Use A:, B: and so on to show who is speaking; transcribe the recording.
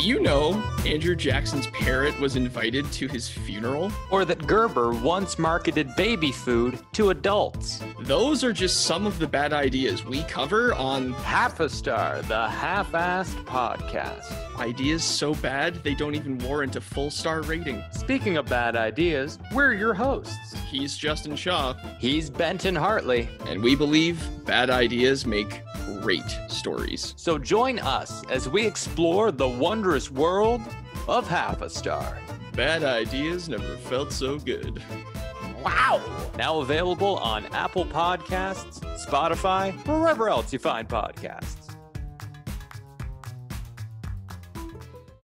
A: you know Andrew Jackson's parrot was invited to his funeral?
B: Or that Gerber once marketed baby food to adults.
A: Those are just some of the bad ideas we cover on
B: Half a Star, the half assed podcast.
A: Ideas So Bad They Don't Even Warrant a Full Star Rating.
B: Speaking of bad ideas, we're your hosts.
A: He's Justin Shaw,
B: He's Benton Hartley.
A: and we believe bad ideas make great stories.
B: So join us as we explore the wondrous world of Half a Star.
A: Bad ideas never felt so good.
B: Wow! Now available on Apple Podcasts, Spotify, wherever else you find podcasts.